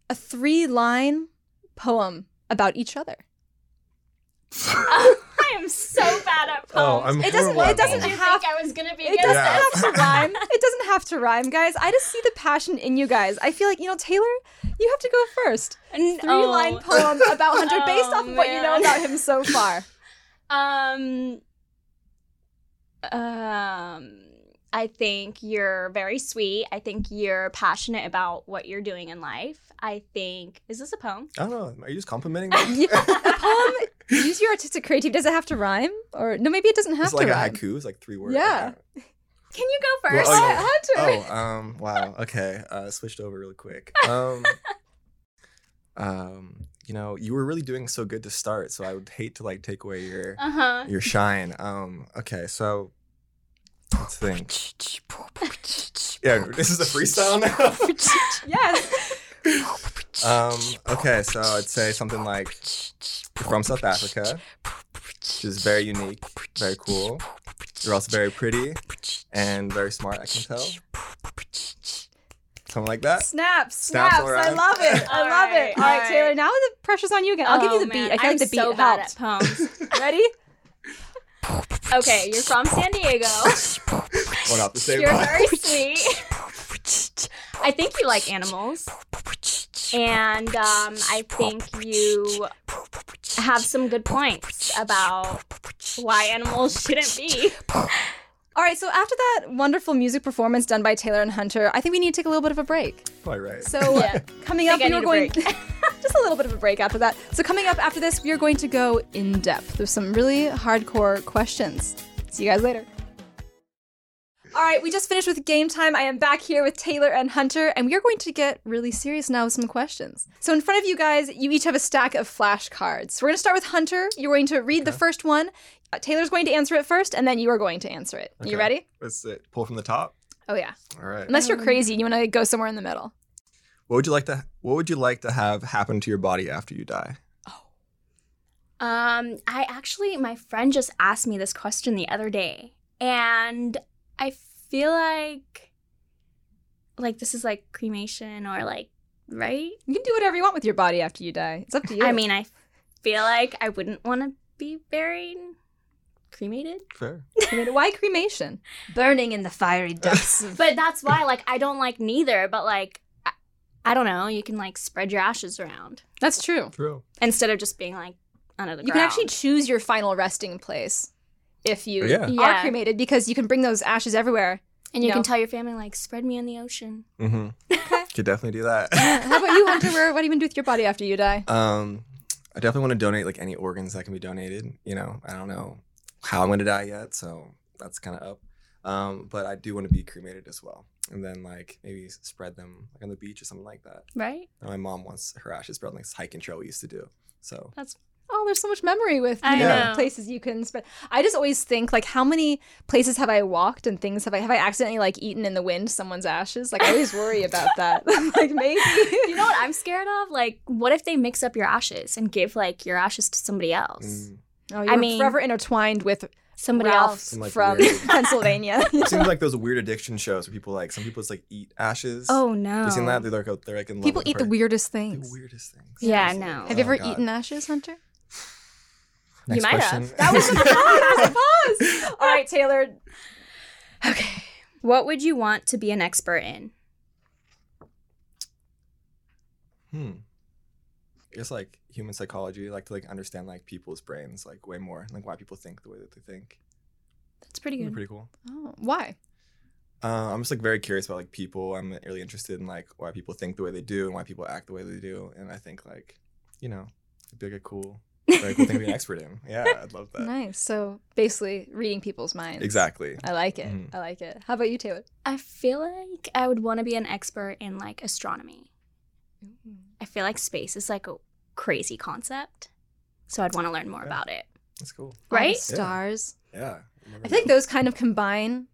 [SPEAKER 1] a three-line poem about each other.
[SPEAKER 2] I am so bad at
[SPEAKER 3] Oh,
[SPEAKER 2] poems.
[SPEAKER 3] I'm
[SPEAKER 1] It doesn't.
[SPEAKER 3] horrible at
[SPEAKER 1] It doesn't
[SPEAKER 2] Did you
[SPEAKER 3] poems.
[SPEAKER 1] have.
[SPEAKER 2] think I was going to be
[SPEAKER 1] It
[SPEAKER 2] against
[SPEAKER 1] doesn't
[SPEAKER 3] Yeah.
[SPEAKER 1] have to rhyme. It doesn't have to rhyme, guys. I just see the passion in you guys. I feel like you know, Taylor. You have to go first.
[SPEAKER 2] N-
[SPEAKER 1] Three-line
[SPEAKER 2] oh.
[SPEAKER 1] poem about Hunter, based
[SPEAKER 2] Oh,
[SPEAKER 1] off of what you know
[SPEAKER 2] man.
[SPEAKER 1] about him so far.
[SPEAKER 2] Um, um, I think you're very sweet. I think you're passionate about what you're doing in life. I think is this a poem?
[SPEAKER 3] I don't know. Are you just complimenting me?
[SPEAKER 1] You- a poem. Use your artistic creativity. Does it have to rhyme? Or no, maybe it doesn't have
[SPEAKER 3] It's
[SPEAKER 1] to
[SPEAKER 3] like a
[SPEAKER 1] rhyme.
[SPEAKER 3] haiku. It's like three words.
[SPEAKER 1] Yeah.
[SPEAKER 2] Can you go
[SPEAKER 3] Well,
[SPEAKER 2] first?
[SPEAKER 3] oh, yeah.
[SPEAKER 1] Hunter.
[SPEAKER 3] Oh, um, wow. Okay. Uh, switched over really quick. Um, um, you know, you were really doing so good to start, so I would hate to like take away your
[SPEAKER 2] Uh
[SPEAKER 1] Uh-huh.
[SPEAKER 2] huh.
[SPEAKER 3] your shine. Um, okay, so let's think. Yeah, this is a freestyle now.
[SPEAKER 1] Yes.
[SPEAKER 3] um, okay, so I'd say something like from South Africa, which is very unique, very cool. You're also very pretty and very smart. I can tell. Something like that.
[SPEAKER 1] Snaps.
[SPEAKER 3] Snaps
[SPEAKER 1] Snaps.
[SPEAKER 3] all
[SPEAKER 1] I
[SPEAKER 3] around.
[SPEAKER 1] love it. I
[SPEAKER 2] All
[SPEAKER 1] love
[SPEAKER 2] right,
[SPEAKER 1] it. All right,
[SPEAKER 2] all right.
[SPEAKER 1] Taylor. Now the pressure's on you again. I'll give you the beat. I feel
[SPEAKER 2] am
[SPEAKER 1] like the beat
[SPEAKER 2] Oh, so bad
[SPEAKER 1] helped.
[SPEAKER 2] at poems.
[SPEAKER 1] Ready?
[SPEAKER 2] okay, you're from San Diego.
[SPEAKER 3] Well, not the same.
[SPEAKER 2] You're
[SPEAKER 3] one.
[SPEAKER 2] very sweet. I think you like animals, and um, I think you have some good points about why animals shouldn't be.
[SPEAKER 1] All right. So after that wonderful music performance done by Taylor and Hunter, I think we need to take a little bit of a break.
[SPEAKER 3] Probably right.
[SPEAKER 1] So
[SPEAKER 2] Yeah.
[SPEAKER 1] coming
[SPEAKER 2] I
[SPEAKER 1] up,
[SPEAKER 2] think I
[SPEAKER 1] we are
[SPEAKER 2] need a
[SPEAKER 1] going just a little bit of a break after that. So coming up after this, we are going to go in depth with some really hardcore questions. See you guys later. All right, we just finished with game time. I am back here with Taylor and Hunter, and we are going to get really serious now with some questions. So, in front of you guys, you each have a stack of flashcards. We're going to start with Hunter. You're going to read the first one. Uh, Taylor's going to answer it first, and then you are going to answer it. You
[SPEAKER 3] Okay.
[SPEAKER 1] ready?
[SPEAKER 3] Let's uh, pull from the top.
[SPEAKER 1] Oh, yeah.
[SPEAKER 3] All right.
[SPEAKER 1] Unless
[SPEAKER 2] Um,
[SPEAKER 1] you're crazy and you want to go somewhere in the middle.
[SPEAKER 3] What would you like to What would you like to have happen to your body after you die?
[SPEAKER 2] Um, I actually, my friend just asked me this question the other day, and I feel like, like this is like cremation or like, right?
[SPEAKER 1] You can do whatever you want with your body after you die. It's up to you.
[SPEAKER 2] I mean, I feel like I wouldn't want to be buried, cremated,
[SPEAKER 3] Fair.
[SPEAKER 1] I mean, why cremation?
[SPEAKER 4] Burning in the fiery depths of
[SPEAKER 2] but that's why like I don't like neither. But like, I, I don't know. You can like spread your ashes around
[SPEAKER 1] That's true.
[SPEAKER 3] True.
[SPEAKER 2] instead of just being like under the
[SPEAKER 1] You can
[SPEAKER 2] ground.
[SPEAKER 1] actually choose your final resting place if you
[SPEAKER 3] Yeah.
[SPEAKER 1] are
[SPEAKER 2] Yeah.
[SPEAKER 1] cremated because you can bring those ashes everywhere.
[SPEAKER 2] and you
[SPEAKER 1] No.
[SPEAKER 2] can tell your family like, spread me in the ocean.
[SPEAKER 3] Mm-hmm. Could definitely do that.
[SPEAKER 1] How about you, Hunter? Where, what do you even do with your body after you die?
[SPEAKER 3] um, I definitely want to donate like any organs that can be donated. You know, I don't know how I'm going to die yet, so that's kind of up. Um, but I do want to be cremated as well, and then like maybe s- spread them like on the beach or something like that.
[SPEAKER 2] Right?
[SPEAKER 3] And my mom wants her ashes spread on this hiking trail we used to do. So
[SPEAKER 1] Oh, there's so much memory with you
[SPEAKER 2] I
[SPEAKER 1] know,
[SPEAKER 2] know.
[SPEAKER 1] places you can spend. I just always think like, how many places have I walked and things have I have I accidentally like eaten in the wind someone's ashes? Like I always worry about that. like maybe
[SPEAKER 2] You know what I'm scared of? Like, what if they mix up your ashes and give like your ashes to somebody else?
[SPEAKER 3] mm,
[SPEAKER 1] Oh,
[SPEAKER 2] I
[SPEAKER 1] you're
[SPEAKER 2] mean-
[SPEAKER 1] forever intertwined with
[SPEAKER 2] Somebody
[SPEAKER 1] Ralph
[SPEAKER 2] else.
[SPEAKER 3] Like
[SPEAKER 1] from
[SPEAKER 3] weird.
[SPEAKER 1] Pennsylvania.
[SPEAKER 3] it seems like those weird addiction shows where people like some people just like eat ashes.
[SPEAKER 2] Oh no.
[SPEAKER 3] Have you seen that? They're like they're like in love
[SPEAKER 1] People
[SPEAKER 3] with
[SPEAKER 1] eat the
[SPEAKER 3] person.
[SPEAKER 1] weirdest
[SPEAKER 3] The
[SPEAKER 1] things.
[SPEAKER 3] weirdest things.
[SPEAKER 2] Yeah,
[SPEAKER 3] It's like-
[SPEAKER 2] no.
[SPEAKER 1] Have you
[SPEAKER 3] oh,
[SPEAKER 1] ever
[SPEAKER 3] God.
[SPEAKER 1] eaten ashes, Hunter?
[SPEAKER 3] Next
[SPEAKER 2] might
[SPEAKER 3] question.
[SPEAKER 2] have.
[SPEAKER 1] That was a pause. That Oh, was a pause. All right, Taylor.
[SPEAKER 2] Okay. What would you want to be an expert in?
[SPEAKER 3] hmm. It's like human psychology, like to like understand like people's brains like way more, like why people think the way that they think.
[SPEAKER 2] That's pretty
[SPEAKER 3] That'd be
[SPEAKER 2] good.
[SPEAKER 3] Pretty cool.
[SPEAKER 1] Oh, why?
[SPEAKER 3] Uh, I'm just like very curious about like people. I'm really interested in like why people think the way they do and why people act the way they do. And I think like, you know, it'd be like a cool, very cool thing to be an expert in. Yeah, I'd love that.
[SPEAKER 1] Nice. So basically, reading people's minds.
[SPEAKER 3] Exactly.
[SPEAKER 1] I like it.
[SPEAKER 3] Mhm.
[SPEAKER 1] I like it. How about you, Taylor?
[SPEAKER 2] I feel like I would want to be an expert in like astronomy. I feel like space is like a crazy concept. So I'd want to learn more
[SPEAKER 3] Yeah.
[SPEAKER 2] about it.
[SPEAKER 3] That's cool.
[SPEAKER 1] All the
[SPEAKER 2] Right?
[SPEAKER 1] stars.
[SPEAKER 3] Yeah.
[SPEAKER 1] I feel like those kind of combine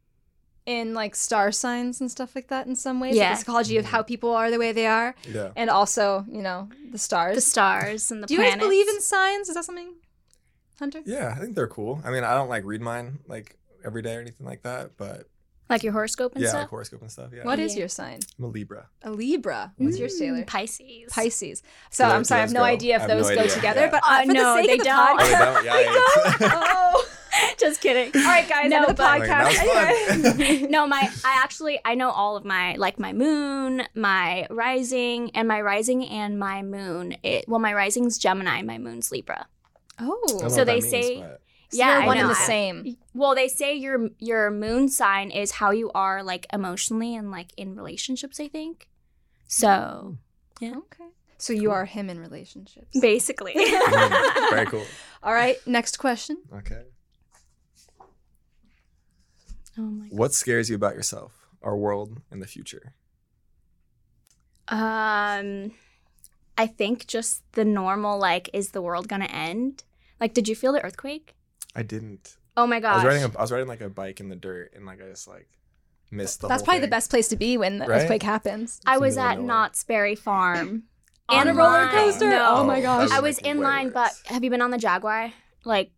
[SPEAKER 1] in like star signs and stuff like that in some ways. like
[SPEAKER 2] Yeah.
[SPEAKER 1] the psychology of how people are the way they are,
[SPEAKER 3] Yeah.
[SPEAKER 1] and also you know the stars.
[SPEAKER 2] The stars and the
[SPEAKER 1] do you
[SPEAKER 2] planets.
[SPEAKER 1] guys believe in signs? Is that something, Hunter?
[SPEAKER 3] Yeah, I think they're cool. I mean, I don't like read mine like every day or anything like that, but
[SPEAKER 2] like your horoscope and
[SPEAKER 3] yeah,
[SPEAKER 2] stuff?
[SPEAKER 3] like horoscope and stuff. Yeah.
[SPEAKER 1] What is
[SPEAKER 2] Yeah.
[SPEAKER 1] your sign?
[SPEAKER 3] I'm a Libra.
[SPEAKER 1] A Libra. What's yours,
[SPEAKER 2] Mm,
[SPEAKER 1] Taylor?
[SPEAKER 2] Pisces.
[SPEAKER 1] Pisces. So
[SPEAKER 3] Do
[SPEAKER 1] I'm
[SPEAKER 3] those-
[SPEAKER 1] sorry, I have
[SPEAKER 3] do those
[SPEAKER 1] no
[SPEAKER 3] go-
[SPEAKER 1] idea
[SPEAKER 3] I
[SPEAKER 1] if
[SPEAKER 3] have no
[SPEAKER 1] those go
[SPEAKER 3] idea,
[SPEAKER 1] together,
[SPEAKER 3] yeah.
[SPEAKER 1] but uh,
[SPEAKER 2] Uh,
[SPEAKER 1] for
[SPEAKER 2] no,
[SPEAKER 1] the sake
[SPEAKER 2] they
[SPEAKER 1] of the
[SPEAKER 2] don't.
[SPEAKER 3] Oh, they
[SPEAKER 1] podcast,
[SPEAKER 3] don't? Yeah, yeah, it's-
[SPEAKER 1] oh.
[SPEAKER 2] Just kidding.
[SPEAKER 1] All right, guys,
[SPEAKER 2] No,
[SPEAKER 1] end of the
[SPEAKER 2] but-
[SPEAKER 3] Wait, that was
[SPEAKER 1] podcast.
[SPEAKER 3] fun.
[SPEAKER 1] Anyway.
[SPEAKER 2] no, my I actually I know all of my like my moon, my rising, and my rising and my moon. It well, my rising's Gemini, my moon's Libra.
[SPEAKER 3] I don't
[SPEAKER 1] Oh,
[SPEAKER 3] know
[SPEAKER 2] So
[SPEAKER 3] what
[SPEAKER 2] they
[SPEAKER 3] that means,
[SPEAKER 2] say-
[SPEAKER 3] but-
[SPEAKER 2] yeah,
[SPEAKER 1] they're
[SPEAKER 2] I
[SPEAKER 1] one
[SPEAKER 2] know.
[SPEAKER 1] and the
[SPEAKER 2] I-
[SPEAKER 1] same.
[SPEAKER 2] Well, they say your your moon sign is how you are like emotionally and like in relationships. I think so. Yeah.
[SPEAKER 1] Okay. So you are him in relationships.
[SPEAKER 2] Basically,
[SPEAKER 3] Mm, very cool.
[SPEAKER 1] All right, next question.
[SPEAKER 3] Okay.
[SPEAKER 2] Oh my
[SPEAKER 3] What scares you about yourself, our world, and the future?
[SPEAKER 2] Um, I think just the normal like, is the world gonna end? Like, did you feel the earthquake?
[SPEAKER 3] I didn't.
[SPEAKER 2] Oh my
[SPEAKER 3] I
[SPEAKER 2] gosh!
[SPEAKER 3] was riding. A, I was riding like a bike in the dirt, and like I just like missed the.
[SPEAKER 1] That's
[SPEAKER 3] whole
[SPEAKER 1] probably the
[SPEAKER 3] thing.
[SPEAKER 1] best place to be when the
[SPEAKER 3] Right?
[SPEAKER 1] earthquake happens.
[SPEAKER 2] I
[SPEAKER 3] It's the
[SPEAKER 2] was
[SPEAKER 3] middle of
[SPEAKER 2] at
[SPEAKER 3] nowhere.
[SPEAKER 2] Knott's Berry Farm.
[SPEAKER 1] On a
[SPEAKER 2] In
[SPEAKER 1] roller
[SPEAKER 2] line.
[SPEAKER 1] coaster?
[SPEAKER 2] No.
[SPEAKER 1] Oh my gosh.
[SPEAKER 3] that
[SPEAKER 2] I
[SPEAKER 3] would
[SPEAKER 2] was
[SPEAKER 3] make it
[SPEAKER 2] in
[SPEAKER 3] way
[SPEAKER 2] line, but
[SPEAKER 3] worse.
[SPEAKER 2] have you been on the Jaguar? Like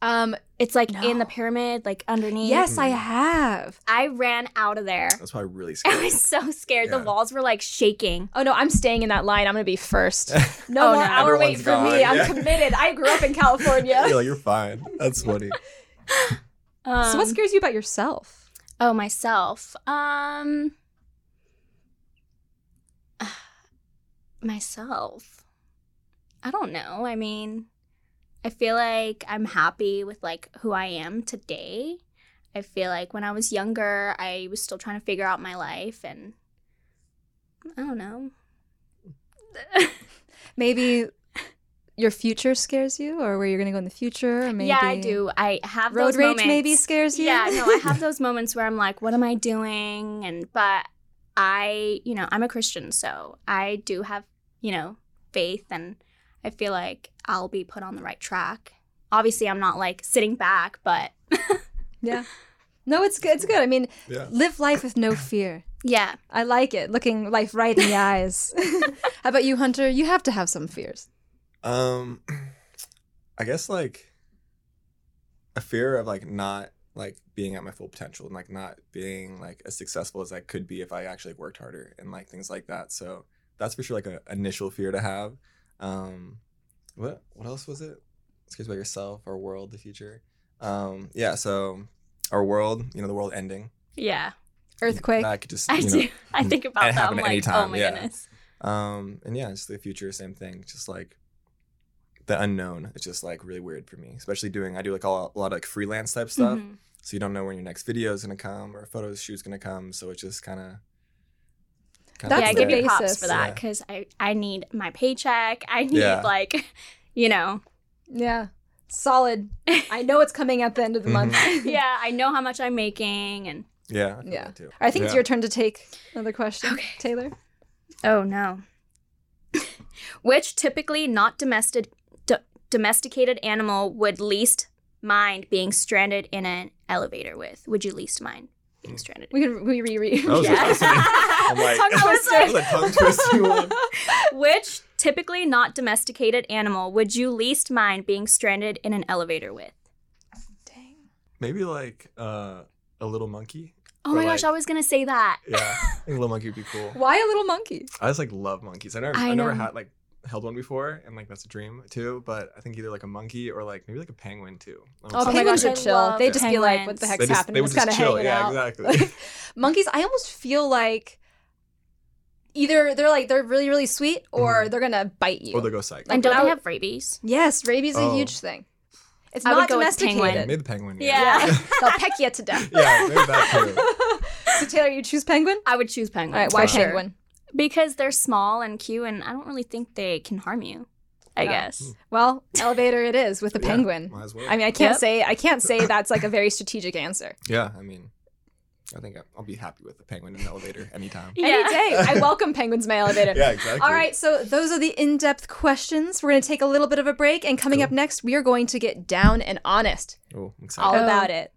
[SPEAKER 1] Um,
[SPEAKER 2] it's like in
[SPEAKER 1] No.
[SPEAKER 2] the pyramid, like underneath.
[SPEAKER 1] yes,
[SPEAKER 3] Hmm.
[SPEAKER 1] I have.
[SPEAKER 2] I ran out of there.
[SPEAKER 3] that's probably really
[SPEAKER 2] I
[SPEAKER 3] scary.
[SPEAKER 2] was so scared. The
[SPEAKER 3] Yeah.
[SPEAKER 2] walls were like shaking.
[SPEAKER 1] Oh no, I'm staying in that line. I'm gonna be first. No more
[SPEAKER 2] Oh, no.
[SPEAKER 1] hour wait
[SPEAKER 3] Everyone's
[SPEAKER 1] for me.
[SPEAKER 3] gone.
[SPEAKER 1] I'm
[SPEAKER 3] Yeah.
[SPEAKER 1] committed. I grew up in California.
[SPEAKER 3] You're like, you're fine. That's funny.
[SPEAKER 2] Um,
[SPEAKER 1] so what scares you about yourself?
[SPEAKER 2] Oh, myself. Um, myself. I don't know. I mean, I feel like I'm happy with like who I am today. I feel like when I was younger, I was still trying to figure out my life, and I don't know.
[SPEAKER 1] Maybe your future scares you, or where you're gonna go in the future. Or maybe
[SPEAKER 2] Yeah, I do. I have
[SPEAKER 1] Road
[SPEAKER 2] those
[SPEAKER 1] rage
[SPEAKER 2] moments.
[SPEAKER 1] maybe scares you.
[SPEAKER 2] Yeah, no, I have those moments where I'm like, what am I doing? And but I, you know, I'm a Christian, so I do have, you know, faith and I feel like I'll be put on the right track. Obviously, I'm not like sitting back, but
[SPEAKER 1] yeah. No, it's good. It's good. I mean,
[SPEAKER 3] Yeah.
[SPEAKER 1] live life with no fear.
[SPEAKER 2] yeah.
[SPEAKER 1] I like it. Looking life right in the eyes. How about you, Hunter? You have to have some fears.
[SPEAKER 3] Um, I guess like a fear of like not like being at my full potential and like not being like as successful as I could be if I actually worked harder and like things like that. So that's for sure like a initial fear to have. Um, what what else was it? Excuse about yourself, our world, the future. Um, yeah. So our world, you know, the world ending.
[SPEAKER 2] Yeah.
[SPEAKER 1] Earthquake.
[SPEAKER 3] That could just
[SPEAKER 2] I
[SPEAKER 3] you know,
[SPEAKER 2] do. I think
[SPEAKER 3] it
[SPEAKER 2] about that. I'm
[SPEAKER 3] happened
[SPEAKER 2] like, oh
[SPEAKER 3] anytime,
[SPEAKER 2] my
[SPEAKER 3] yeah.
[SPEAKER 2] goodness.
[SPEAKER 3] um, and yeah, just the future, same thing. Just like the unknown. It's just like really weird for me, especially doing. I do like a lot, a lot of like freelance type stuff,
[SPEAKER 1] Mm-hmm.
[SPEAKER 2] Mhm.
[SPEAKER 3] so you don't know when your next video is gonna come or photo shoot's gonna come. So it's just kind of.
[SPEAKER 1] That's
[SPEAKER 2] yeah, I
[SPEAKER 1] the
[SPEAKER 2] give you
[SPEAKER 1] basis.
[SPEAKER 2] props for that
[SPEAKER 3] Yeah.
[SPEAKER 2] because I, I need my paycheck. I need
[SPEAKER 3] Yeah.
[SPEAKER 2] like, you know,
[SPEAKER 1] Yeah. Solid. I know it's coming at the end of the month.
[SPEAKER 3] Mm-hmm.
[SPEAKER 1] All
[SPEAKER 2] yeah, I know how much I'm making and
[SPEAKER 3] Yeah. I feel
[SPEAKER 1] Yeah.
[SPEAKER 3] that too.
[SPEAKER 1] right, I think it's
[SPEAKER 3] Yeah.
[SPEAKER 1] your turn to take another question,
[SPEAKER 2] Okay.
[SPEAKER 1] Taylor.
[SPEAKER 2] Oh no. Which typically not domestic do- domesticated animal would least mind being stranded in an elevator with? Would you least mind being stranded?
[SPEAKER 1] We can we reread.
[SPEAKER 3] Hmm. That was a-
[SPEAKER 2] Yeah.
[SPEAKER 3] I'm
[SPEAKER 1] Tongue
[SPEAKER 3] like,
[SPEAKER 1] twister.
[SPEAKER 3] That was a tongue twisty one.
[SPEAKER 2] Which typically not domesticated animal would you least mind being stranded in an elevator with?
[SPEAKER 1] Dang.
[SPEAKER 3] Maybe like uh, a little monkey.
[SPEAKER 2] Oh
[SPEAKER 3] Or
[SPEAKER 2] my gosh,
[SPEAKER 3] like-
[SPEAKER 2] I was gonna say that.
[SPEAKER 3] Yeah, I think a little monkey would be cool.
[SPEAKER 1] Why a little monkey?
[SPEAKER 3] I just like love monkeys. I never,
[SPEAKER 2] I
[SPEAKER 3] I, never
[SPEAKER 2] know.
[SPEAKER 3] had like held one before, and like that's a dream too. But I think either like a monkey or like maybe like a penguin too. I'm
[SPEAKER 1] Oh,
[SPEAKER 2] my
[SPEAKER 3] excited
[SPEAKER 2] gosh,
[SPEAKER 1] penguins
[SPEAKER 2] I
[SPEAKER 1] are chill.
[SPEAKER 2] love
[SPEAKER 1] They just be like, what the
[SPEAKER 2] penguins.
[SPEAKER 1] heck's
[SPEAKER 3] They just-
[SPEAKER 1] happening?
[SPEAKER 3] they would
[SPEAKER 1] Just kind of
[SPEAKER 3] just chill.
[SPEAKER 1] hanging
[SPEAKER 3] Yeah,
[SPEAKER 1] out.
[SPEAKER 3] exactly.
[SPEAKER 1] Monkeys, I almost feel like either they're like they're really really sweet or
[SPEAKER 3] Mhm.
[SPEAKER 1] they're gonna bite you.
[SPEAKER 3] Or they go psych.
[SPEAKER 2] And don't
[SPEAKER 1] I
[SPEAKER 2] they
[SPEAKER 1] would-
[SPEAKER 2] have rabies?
[SPEAKER 1] yes, rabies is a
[SPEAKER 3] Oh.
[SPEAKER 1] huge thing. It's
[SPEAKER 2] I would
[SPEAKER 1] not
[SPEAKER 2] go with penguin.
[SPEAKER 1] domesticated.
[SPEAKER 3] Maybe the penguin.
[SPEAKER 2] Yeah.
[SPEAKER 1] They'll peck you to death.
[SPEAKER 3] yeah, maybe that too.
[SPEAKER 1] so Taylor, you choose penguin.
[SPEAKER 2] I would choose penguin.
[SPEAKER 1] All right, why
[SPEAKER 2] for sure.
[SPEAKER 1] penguin?
[SPEAKER 2] Because they're small and cute, and I don't really think they can harm you. I
[SPEAKER 1] Oh.
[SPEAKER 2] guess.
[SPEAKER 1] Well, elevator it is with a
[SPEAKER 3] Yeah,
[SPEAKER 1] penguin.
[SPEAKER 3] Might as well.
[SPEAKER 1] I mean, I can't
[SPEAKER 2] Yep.
[SPEAKER 1] say I can't say that's like a very strategic answer.
[SPEAKER 3] yeah, I mean, I think I- I'll be happy with the penguin in the elevator anytime.
[SPEAKER 1] Any day, I welcome penguins in my elevator.
[SPEAKER 3] yeah, exactly.
[SPEAKER 1] All right, so those are the in depth questions. We're going to take a little bit of a break, and coming up next, we are going to get down and honest
[SPEAKER 3] Oh, I'm excited.
[SPEAKER 1] all
[SPEAKER 2] Oh.
[SPEAKER 1] about it.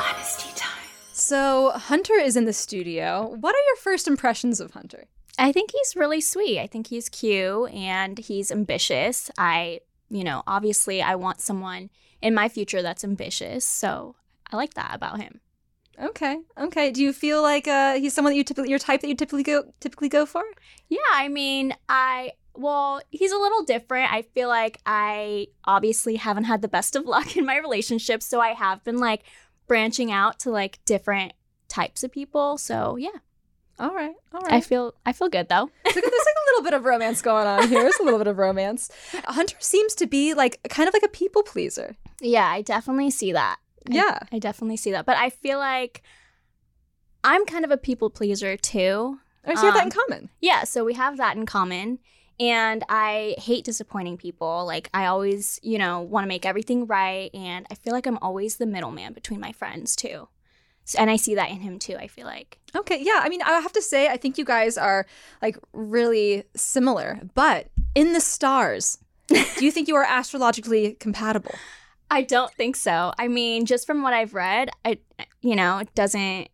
[SPEAKER 4] Honesty time.
[SPEAKER 1] So, Hunter is in the studio. What are your first impressions of Hunter?
[SPEAKER 2] I think he's really sweet. I think he's cute and he's ambitious. I, you know, obviously I want someone in my future that's ambitious. So I like that about him.
[SPEAKER 1] Okay, okay. Do you feel like uh, he's someone that you typically your type that you typically go typically go for?
[SPEAKER 2] Yeah, I mean, I, well, he's a little different. I feel like I obviously haven't had the best of luck in my relationship. So I have been like branching out to like different types of people. So yeah,
[SPEAKER 1] All right, all
[SPEAKER 2] I
[SPEAKER 1] right.
[SPEAKER 2] feel, I feel good though.
[SPEAKER 1] So there's like a little bit of romance going on here. There's a little bit of romance. Hunter seems to be like kind of like a people pleaser.
[SPEAKER 2] Yeah, I definitely see that.
[SPEAKER 1] Yeah.
[SPEAKER 2] I definitely see that. But I feel like I'm kind of a people pleaser too.
[SPEAKER 1] All right, so you have that
[SPEAKER 2] Um,
[SPEAKER 1] in common.
[SPEAKER 2] Yeah, so we have that in common. And I hate disappointing people. Like, I always, you know, want to make everything right. And I feel like I'm always the middleman between my friends, too. So, and I see that in him, too, I feel like.
[SPEAKER 1] Okay, yeah. I mean, I have to say, I think you guys are like really similar, but in the stars, do you think you are astrologically compatible?
[SPEAKER 2] I don't think so. I mean, just from what I've read, I, you know, it doesn't.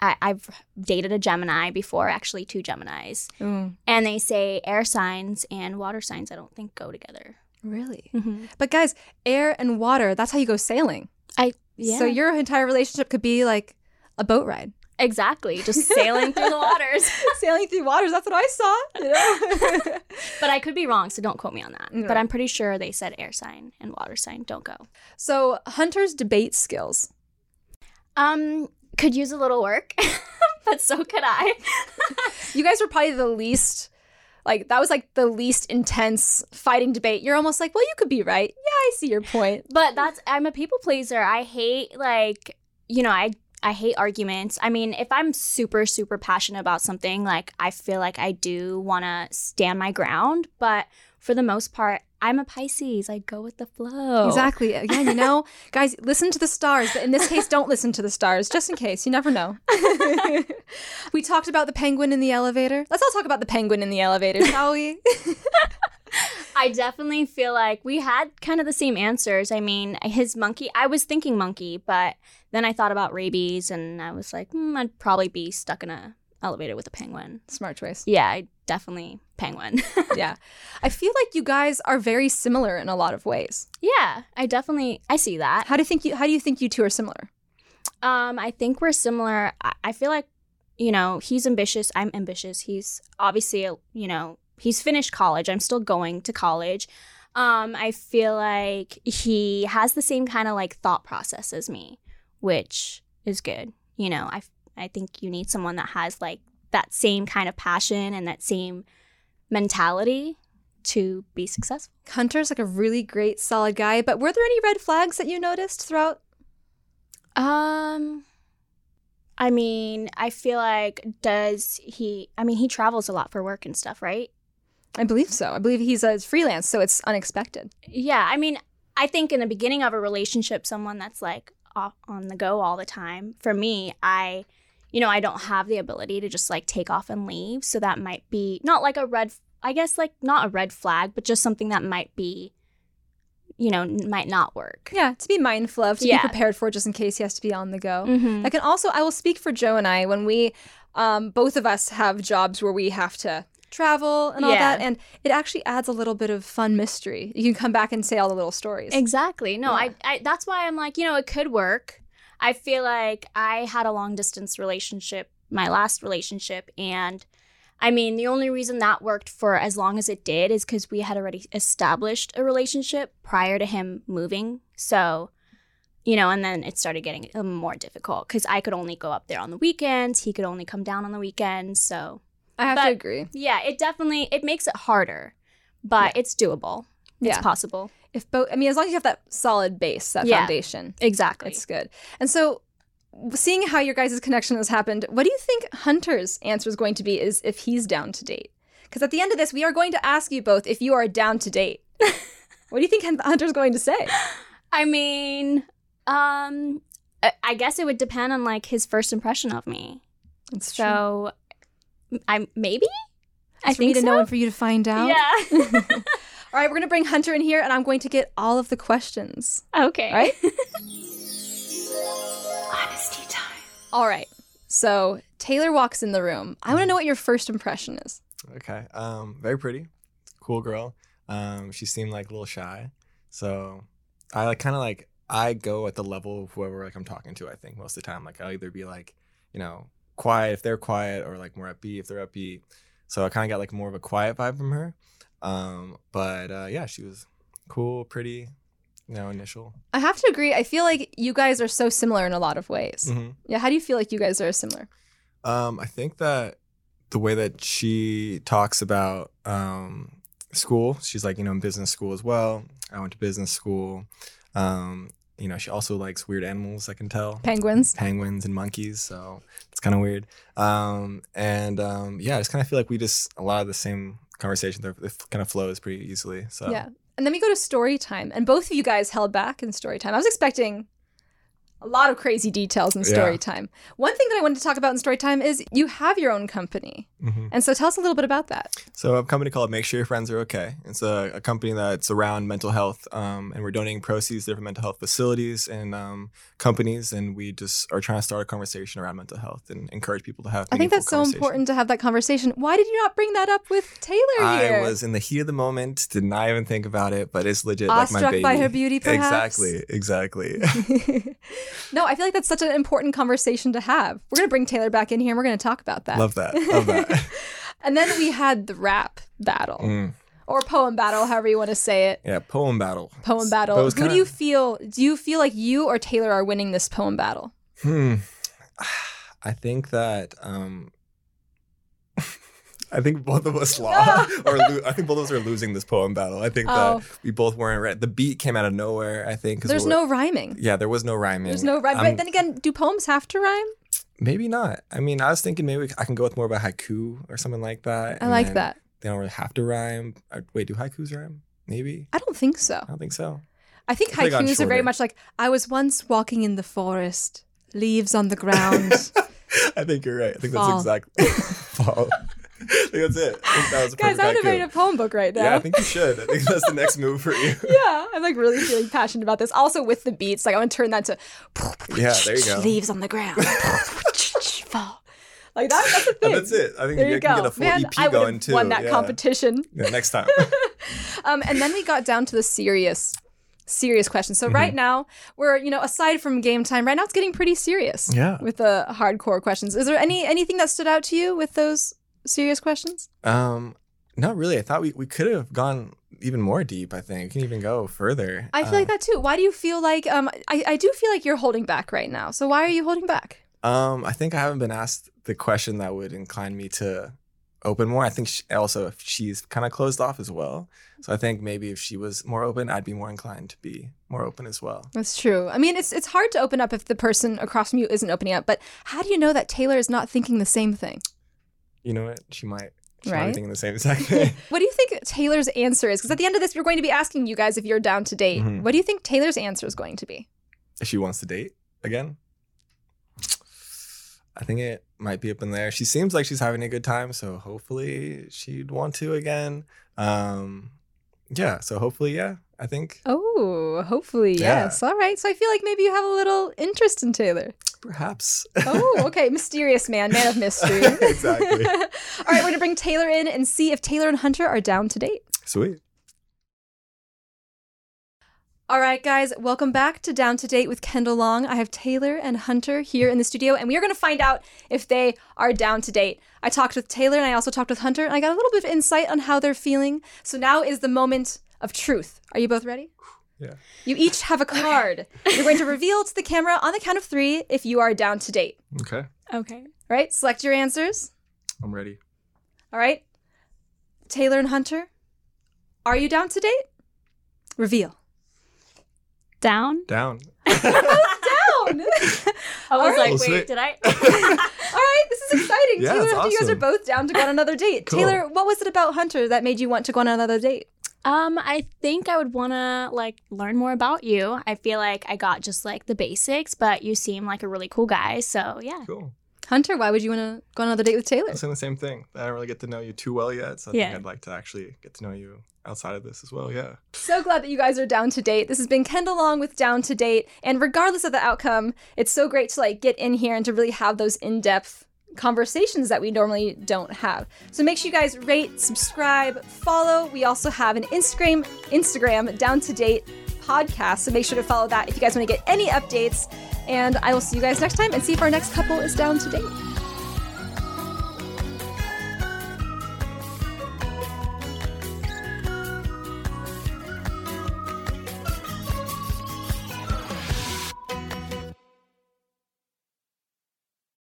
[SPEAKER 2] I, I've dated a Gemini before, actually, two Geminis. And they say air signs and water signs, I don't think go together.
[SPEAKER 1] really?
[SPEAKER 2] Mm-hmm.
[SPEAKER 1] But guys, air and water, that's how you go sailing.
[SPEAKER 2] Yeah.
[SPEAKER 1] So your entire relationship could be like a boat ride.
[SPEAKER 2] exactly. Just sailing through the waters.
[SPEAKER 1] sailing through waters, that's what I saw. You know?
[SPEAKER 2] But I could be wrong, so don't quote me on that.
[SPEAKER 1] Right.
[SPEAKER 2] But I'm pretty sure they said air sign and water sign don't go.
[SPEAKER 1] so Hunter's debate skills.
[SPEAKER 2] Um, could use a little work, but so could I.
[SPEAKER 1] You guys were probably the least like that was like the least intense fighting debate. You're almost like, well, you could be right. Yeah, I see your point.
[SPEAKER 2] But that's I'm a people pleaser. I hate like you know I I hate arguments. I mean, if I'm super super passionate about something, like I feel like I do want to stand my ground. But for the most part, I'm a Pisces. I go with the flow.
[SPEAKER 1] Exactly. Again, you know, guys, listen to the stars, but in this case, don't listen to the stars, just in case. You never know. we talked about the penguin in the elevator. Let's all talk about the penguin in the elevator, shall we?
[SPEAKER 2] I definitely feel like we had kind of the same answers. I mean, his monkey, I was thinking monkey, but then I thought about rabies and I was like, hmm, I'd probably be stuck in a elevator with a penguin.
[SPEAKER 1] Smart choice.
[SPEAKER 2] Yeah, I definitely penguin.
[SPEAKER 1] Yeah. I feel like you guys are very similar in a lot of ways.
[SPEAKER 2] yeah, I definitely I see that.
[SPEAKER 1] How do you think you how do you think you two are similar?
[SPEAKER 2] Um, I think we're similar. I, I feel like, you know, he's ambitious. I'm ambitious. He's obviously, a- you know, he's finished college. I'm still going to college. Um, I feel like he has the same kind of like thought process as me, which is good. You know, I, f- I think you need someone that has like that same kind of passion and that same mentality to be successful.
[SPEAKER 1] Hunter's like a really great solid guy, but were there any red flags that you noticed throughout?
[SPEAKER 2] Um, I mean, I feel like does he? I mean, he travels a lot for work and stuff, right?
[SPEAKER 1] I believe so. I believe he's a freelance, so it's unexpected.
[SPEAKER 2] Yeah, I mean, I think in the beginning of a relationship, someone that's like off on the go all the time. For me, I, you know, I don't have the ability to just like take off and leave, so that might be not like a red. I guess like not a red flag, but just something that might be, you know, n- might not work.
[SPEAKER 1] Yeah, to be mindful of, to
[SPEAKER 2] Yeah.
[SPEAKER 1] be prepared for just in case he has to be on the go.
[SPEAKER 2] Mhm.
[SPEAKER 1] I can also, I will speak for Joe and I when we, um, both of us have jobs where we have to travel and all
[SPEAKER 2] Yeah.
[SPEAKER 1] that. And it actually adds a little bit of fun mystery. You can come back and say all the little stories.
[SPEAKER 2] Exactly. No,
[SPEAKER 1] Yeah.
[SPEAKER 2] I, I that's why I'm like, you know, it could work. I feel like I had a long distance relationship, my last relationship, and I mean, the only reason that worked for as long as it did is cuz we had already established a relationship prior to him moving. So, you know, and then it started getting um, more difficult cuz I could only go up there on the weekends, he could only come down on the weekends. So,
[SPEAKER 1] I have to
[SPEAKER 2] But-
[SPEAKER 1] agree.
[SPEAKER 2] yeah, it definitely it makes it harder, but it's doable.
[SPEAKER 1] Yeah.
[SPEAKER 2] It's possible.
[SPEAKER 1] If both, I mean, as long as you have that solid base, that
[SPEAKER 2] Yeah.
[SPEAKER 1] foundation,
[SPEAKER 2] Exactly.
[SPEAKER 1] it's good. And so, seeing how your guys' connection has happened, what do you think Hunter's answer is going to be? Is if he's down to date? Because at the end of this, we are going to ask you both if you are down to date. what do you think Hunter's going to say?
[SPEAKER 2] I mean, um, I, I guess it would depend on like his first impression of me.
[SPEAKER 1] It's
[SPEAKER 2] So, I maybe. I
[SPEAKER 1] It's for me
[SPEAKER 2] think
[SPEAKER 1] to
[SPEAKER 2] so.
[SPEAKER 1] know and for you to find out.
[SPEAKER 2] Yeah.
[SPEAKER 1] All right, we're gonna bring Hunter in here, and I'm going to get all of the questions.
[SPEAKER 2] okay.
[SPEAKER 1] All right.
[SPEAKER 4] Honesty time.
[SPEAKER 1] All right. So Taylor walks in the room. I want to know what your first impression is.
[SPEAKER 3] Okay. Um, very pretty, cool girl. Um, she seemed like a little shy, so I like kind of like I go at the level of whoever like I'm talking to. I think most of the time, like I'll either be like you know quiet if they're quiet, or like more upbeat if they're upbeat. So I kind of got like more of a quiet vibe from her. Um, but uh, yeah, she was cool, pretty. You know, initial.
[SPEAKER 1] I have to agree. I feel like you guys are so similar in a lot of ways.
[SPEAKER 3] Mm-hmm.
[SPEAKER 1] Yeah. How do you feel like you guys are similar?
[SPEAKER 3] Um, I think that the way that she talks about um, school, she's like, you know, in business school as well. I went to business school. Um, you know, she also likes weird animals, I can tell.
[SPEAKER 1] Penguins.
[SPEAKER 3] Penguins and monkeys, so it's kind of weird. Um, and um, yeah, I just kind of feel like we just a lot of the same conversation there it kind of flows pretty easily. So
[SPEAKER 1] Yeah. And then we go to story time, and both of you guys held back in story time. I was expecting a lot of crazy details in story
[SPEAKER 3] Yeah.
[SPEAKER 1] time. One thing that I wanted to talk about in story time is you have your own company.
[SPEAKER 3] mhm.
[SPEAKER 1] And so tell us a little bit about that.
[SPEAKER 3] So a company called Make Sure Your Friends Are Okay. It's a, a company that's around mental health, um, and we're donating proceeds to different mental health facilities and um, companies, and we just are trying to start a conversation around mental health and encourage people to
[SPEAKER 1] I
[SPEAKER 3] have.
[SPEAKER 1] think
[SPEAKER 3] meaningful
[SPEAKER 1] that's so
[SPEAKER 3] conversation.
[SPEAKER 1] important to have that conversation. Why did you not bring that up with Taylor here?
[SPEAKER 3] I was in the heat of the moment, did not even think about it, but it's legit like my
[SPEAKER 1] Awestruck
[SPEAKER 3] baby.
[SPEAKER 1] by her beauty, perhaps.
[SPEAKER 3] Exactly, exactly.
[SPEAKER 1] no, I feel like that's such an important conversation to have. We're going to bring Taylor back in here and we're going to talk about that.
[SPEAKER 3] Love that. Love that.
[SPEAKER 1] And then we had the rap battle
[SPEAKER 3] Mm.
[SPEAKER 1] or poem battle, however you want to say it.
[SPEAKER 3] Yeah, poem battle.
[SPEAKER 1] Poem
[SPEAKER 3] That
[SPEAKER 1] battle. Who
[SPEAKER 3] was
[SPEAKER 1] do
[SPEAKER 3] kinda-
[SPEAKER 1] you feel? Do you feel like you or Taylor are winning this poem battle?
[SPEAKER 3] Hmm. I think that um I think both of us lost or lo- I think both of us are losing this poem battle. I think
[SPEAKER 1] Oh.
[SPEAKER 3] that we both weren't right. The beat came out of nowhere, I think. 'cause
[SPEAKER 1] There's
[SPEAKER 3] we
[SPEAKER 1] no
[SPEAKER 3] were-
[SPEAKER 1] rhyming.
[SPEAKER 3] Yeah, there was no rhyming.
[SPEAKER 1] There's no rhyme.
[SPEAKER 3] I'm-
[SPEAKER 1] but then again, do poems have to rhyme?
[SPEAKER 3] maybe not. I mean, I was thinking maybe I can go with more of a haiku or something like that.
[SPEAKER 1] I
[SPEAKER 3] and
[SPEAKER 1] like
[SPEAKER 3] then
[SPEAKER 1] that.
[SPEAKER 3] They don't really have to rhyme. Uh, Wait, do haikus rhyme? Maybe.
[SPEAKER 1] I don't think so.
[SPEAKER 3] I don't think so.
[SPEAKER 1] I think
[SPEAKER 3] I think I'm
[SPEAKER 1] haikus are very
[SPEAKER 3] shorter.
[SPEAKER 1] much like I was once walking in the forest, leaves on the ground.
[SPEAKER 3] I think you're right. I think
[SPEAKER 1] Fall.
[SPEAKER 3] that's exactly. Fall. I think that's it. I think that was a
[SPEAKER 1] Guys,
[SPEAKER 3] perfect
[SPEAKER 1] I would have
[SPEAKER 3] haiku.
[SPEAKER 1] made a poem book right now.
[SPEAKER 3] Yeah, I think you should. I think that's the next move for you.
[SPEAKER 1] Yeah, I'm like really feeling passionate about this. Also with the beats, like I want to turn that to
[SPEAKER 3] Yeah, there you go.
[SPEAKER 4] Leaves on the ground.
[SPEAKER 1] fall. Like that, that's a thing.
[SPEAKER 3] And that's it. I think
[SPEAKER 1] There
[SPEAKER 3] you,
[SPEAKER 1] you
[SPEAKER 3] can
[SPEAKER 1] go,
[SPEAKER 3] get a full
[SPEAKER 1] man. I would
[SPEAKER 3] EP going
[SPEAKER 1] have
[SPEAKER 3] too.
[SPEAKER 1] won that
[SPEAKER 3] yeah.
[SPEAKER 1] competition.
[SPEAKER 3] Yeah, next time.
[SPEAKER 1] Um, and then we got down to the serious, serious questions. So right now, we're you know aside from game time, right now it's getting pretty serious.
[SPEAKER 3] Yeah.
[SPEAKER 1] With the hardcore questions, is there any anything that stood out to you with those serious questions?
[SPEAKER 3] um, not really. I thought we, we could have gone even more deep. I think we can even go further.
[SPEAKER 1] I feel like that too. Why do you feel like um I, I do feel like you're holding back right now. So why are you holding back?
[SPEAKER 3] that. Um, I think I haven't been asked the question that would incline me to open more. I think she, also if she's kind of closed off as well. So I think maybe if she was more open, I'd be more inclined to be more open as well.
[SPEAKER 1] That's true. I mean, it's it's hard to open up if the person across from you isn't opening up. But how do you know that Taylor is not thinking the same thing?
[SPEAKER 3] You know what? She might. She might be
[SPEAKER 1] Right?
[SPEAKER 3] thinking the same exact thing.
[SPEAKER 1] What do you think Taylor's answer is? Because at the end of this, we're going to be asking you guys if you're down to date.
[SPEAKER 3] Mhm.
[SPEAKER 1] What do you think Taylor's answer is going to be?
[SPEAKER 3] if she wants to date again. I think it might be up in there. She seems like she's having a good time, so hopefully she'd want to again. Um, yeah, so hopefully, yeah, I think
[SPEAKER 1] Oh, hopefully,
[SPEAKER 3] Yeah.
[SPEAKER 1] yes. All right. So I feel like maybe you have a little interest in Taylor.
[SPEAKER 3] perhaps.
[SPEAKER 1] Oh, okay. Mysterious man, man of mystery.
[SPEAKER 3] Exactly.
[SPEAKER 1] All right, we're going to bring Taylor in and see if Taylor and Hunter are down to date.
[SPEAKER 3] Sweet.
[SPEAKER 1] All right, guys, welcome back to Down to Date with Kendall Long. I have Taylor and Hunter here in the studio, and we are going to find out if they are down to date. I talked with Taylor and I also talked with Hunter, and I got a little bit of insight on how they're feeling. So now is the moment of truth. Are you both ready?
[SPEAKER 3] Yeah.
[SPEAKER 1] You each have a card. You're going to reveal to the camera on the count of three if you are down to date.
[SPEAKER 3] Okay,
[SPEAKER 2] Okay.
[SPEAKER 1] All right, select your answers.
[SPEAKER 3] I'm ready.
[SPEAKER 1] All right. Taylor and Hunter, are you down to date? Reveal.
[SPEAKER 2] Down.
[SPEAKER 3] Down.
[SPEAKER 1] Down!
[SPEAKER 2] I was
[SPEAKER 3] Oh,
[SPEAKER 2] like,
[SPEAKER 3] sweet.
[SPEAKER 2] wait, did I?
[SPEAKER 1] All right, this is exciting.
[SPEAKER 3] Yeah,
[SPEAKER 1] Taylor and
[SPEAKER 3] it's
[SPEAKER 1] Hunter, you guys are
[SPEAKER 3] awesome.
[SPEAKER 1] both down to go on another date.
[SPEAKER 3] Cool.
[SPEAKER 1] Taylor, what was it about Hunter that made you want to go on another date?
[SPEAKER 2] um, I think I would want to like learn more about you. I feel like I got just like the basics, but you seem like a really cool guy. So yeah.
[SPEAKER 3] Cool.
[SPEAKER 1] Hunter, why would you want to go on another date with Taylor?
[SPEAKER 3] I'm saying the same thing. I don't really get to know you too well yet, so I
[SPEAKER 2] Yeah.
[SPEAKER 3] think I'd like to actually get to know you outside of this as well. Yeah.
[SPEAKER 1] So glad that you guys are down to date. This has been Kendall Long with Down to Date, and regardless of the outcome, it's so great to like get in here and to really have those in-depth conversations that we normally don't have. So make sure you guys rate, subscribe, follow. We also have an Instagram Instagram Down to Date podcast, so make sure to follow that if you guys want to get any updates. And I will see you guys next time and see if our next couple is down to date.